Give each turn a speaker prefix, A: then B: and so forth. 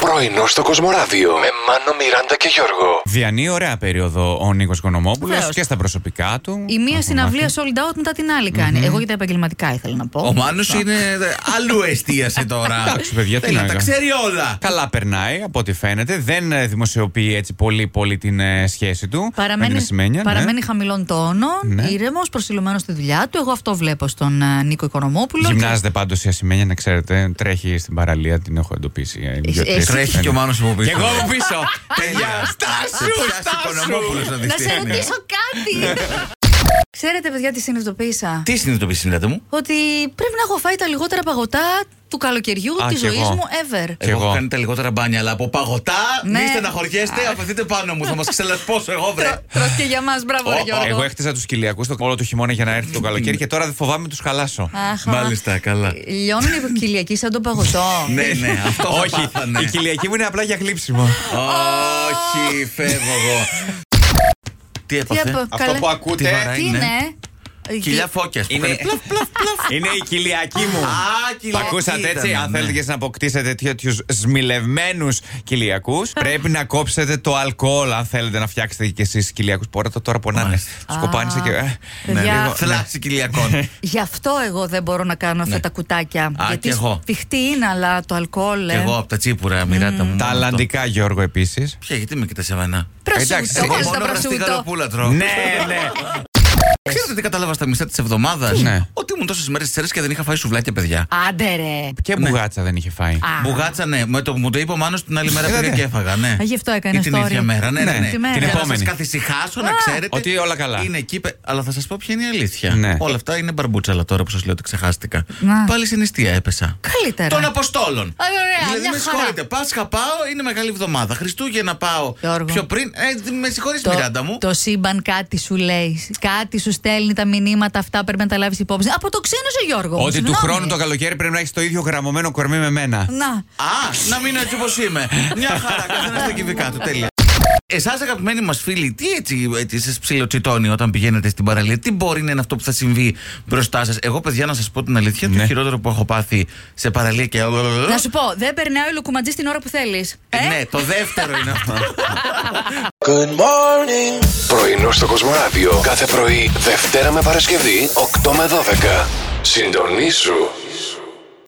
A: Πρωινό στο Κοσμοράδιο με Μάνο, Μιράντα και Γιώργο.
B: Διανύει ωραία περίοδο ο Νίκος Κονομόπουλος
C: Βεβαίως.
B: και στα προσωπικά του.
C: Η μία
B: Από
C: συναυλία
B: μάθη.
C: sold out μετά την άλλη κάνει. Εγώ για τα επαγγελματικά ήθελα να πω.
D: Ο Μάνος είναι. αλλού εστίασε τώρα.
B: Εντάξει, παιδιά, τι
D: Θέλει
B: να
D: να τα
B: κάνω.
D: ξέρει όλα.
B: Καλά περνάει από ό,τι φαίνεται. Δεν ε, δημοσιοποιεί έτσι πολύ πολύ την ε, σχέση του. με την
C: Παραμένει,
B: Ασημένια,
D: ναι.
C: παραμένει χαμηλών τόνων,
B: Ναι.
C: ήρεμος, προσιλωμένος στη δουλειά του. Εγώ αυτό βλέπω στον ε, Νίκο
B: Ναι.
C: Οικονομόπουλο.
B: Γυμνάζεται πάντως η Ασημένια, να ξέρετε. Τρέχει στην παραλία, την έχω εντοπίσει. ε, δύο-τρεις
C: εσύ-
D: Τρέχει
B: φορές.
D: και ο Μάνος από
B: Και
D: πίσω.
B: εγώ από πίσω.
D: Τέλεια.
B: Στάσου,
D: Σε πιάσει
B: στάσου.
D: Οικονομόπουλος να
C: Να
D: δεις τι
C: σε
D: είναι.
C: ρωτήσω κάτι. Ξέρετε, παιδιά, τι συνειδητοποίησα.
D: Τι συνειδητοποίηση συνέδε μου.
C: Ότι πρέπει να έχω φάει τα λιγότερα παγωτά του καλοκαιριού
B: Α,
C: τη
B: κι
C: ζωής
B: εγώ.
C: μου ever.
B: Κι
D: Εγώ
B: εγώ.
D: έχω κάνει τα λιγότερα μπάνια, αλλά από παγωτά
C: Ναι.
D: μη στεναχωριέστε, απαιτείτε πάνω μου. Θα μας ξελασπώσω εγώ, βρε.
C: Τρως και για μας, μπράβο, ρε
D: Ω,
C: Γιώργο.
B: Εγώ έχτιζα τους κοιλιακούς το όλο το χειμώνα για να έρθει το καλοκαίρι και τώρα δεν φοβάμαι τους χαλάσω.
C: Αχ, α.
D: Μάλιστα, καλά.
C: Λιώνουν οι Κυριακοί σαν τον παγωτό.
D: Ναι, ναι, αυτό θα
B: Όχι,
D: πάθανε.
B: η κοιλιακή μου είναι απλά για γλύψιμο.
D: Όχι, φεύγω εγώ. Τι
C: Τι
D: έπαθε.
C: απο- καλέ-
D: ακούτε
C: Τι είναι. Ε,
D: ναι. Κοιλιά φώκια.
B: Είναι- Είναι η κοιλιακή μου.
D: Α,
B: Τα
D: κοιλιακή
B: ακούσατε
D: ήταν,
B: έτσι. Αν
D: ναι.
B: θέλετε και εσείς να αποκτήσετε τέτοιους σμιλευμένους κοιλιακούς, πρέπει να κόψετε το αλκοόλ. Αν θέλετε να φτιάξετε και εσείς κοιλιακούς. Πόρα το τώρα πονάνε.
D: Μάλιστα.
B: Τους κοπάνισε και. ε, ναι,
C: παιδιά.
B: λίγο.
D: Θλάση κοιλιακών.
C: Γι' αυτό εγώ δεν μπορώ να κάνω αυτά τα κουτάκια.
D: Ναι. Α,
C: γιατί
D: κι εγώ.
C: σφιχτή είναι, αλλά το αλκοόλ.
D: Κι
C: ε.
D: εγώ από τα τσίπουρα, μοιράτα μου.
B: Τα
D: μόνο αυτό.
B: αλλαντικά, Γιώργο, επίσης.
D: Ποια, γιατί με κοιτάς εμένα.
C: Προσούτο,
B: Εντάξει,
C: βάλε
B: εγώ
C: τα
D: μόνο βραστή
C: προσούτο.
D: καραπούλα τρώω.
B: Ναι, ναι.
D: Ξέρετε τι κατάλαβα στα μισά της εβδομάδας.
B: Ναι.
D: Ότι ήμουν τόσες μέρες τη και δεν είχα φάει σουβλάκια, παιδιά.
C: Άντε ρε.
B: Και
D: Ναι.
B: μπουγάτσα δεν είχε φάει.
C: Α,
D: Μπουγάτσα, ναι. Με το που μου το είπε ο Μάνος την άλλη μέρα πήγα
B: Είδατε.
D: και έφαγα, ναι.
C: Α, γι' αυτό έκανε
D: Ή την
C: story.
D: ίδια μέρα, ναι, ναι.
B: Ναι,
D: ναι.
B: τη
D: Για
C: μέρα.
D: Να σα
B: επόμενη.
D: καθησυχάσω, να ξέρετε.
B: Ότι όλα καλά.
D: Είναι εκεί, πε- αλλά θα σας πω ποια είναι η αλήθεια.
B: Ναι.
D: Όλα αυτά είναι μπαρμπούτσαλα τώρα που σας λέω ότι ξεχάστηκα.
C: Να.
D: Πάλι συνιστία έπεσα.
C: Καλύτερα.
D: Των Αποστόλων.
C: Α, ωραία,
D: δηλαδή,
C: μια
D: με
C: χαρά.
D: συγχωρείτε. Πάσχα πάω, είναι μεγάλη εβδομάδα. Χριστούγεννα πάω
C: Γιώργο.
D: πιο πριν. Ε, με συγχωρείς
C: Το,
D: Μιράντα μου.
C: το σύμπαν κάτι σου λέει. Κάτι σου στέλνει τα μηνύματα αυτά. Πρέπει να τα λάβεις υπόψη. Από το ξένο ο Γιώργο. μου,
B: Ότι του
C: συγγνώμη.
B: χρόνου το καλοκαίρι πρέπει να έχεις το ίδιο γραμμωμένο κορμί με μένα.
C: Να.
D: Α, να μείνω έτσι όπως είμαι. Μια χαρά, καθένας στα κυβικά του. Τέλεια. Εσάς, αγαπημένοι μας φίλοι, τι έτσι, έτσι σας ψιλοτσιτώνει όταν πηγαίνετε στην παραλία, τι μπορεί να είναι αυτό που θα συμβεί μπροστά σας. Εγώ, παιδιά, να σας πω την αλήθεια,
B: Ναι.
D: το χειρότερο που έχω πάθει σε παραλία και.
C: Να σου πω, δεν περνάει ο λουκουματζή την ώρα που θέλεις. Ε?
D: Ναι, το δεύτερο είναι αυτό.
A: Πρωινό στο Κοσμοράδιο κάθε πρωί, Δευτέρα με Παρασκευή, 8 με 12. Συντονίσου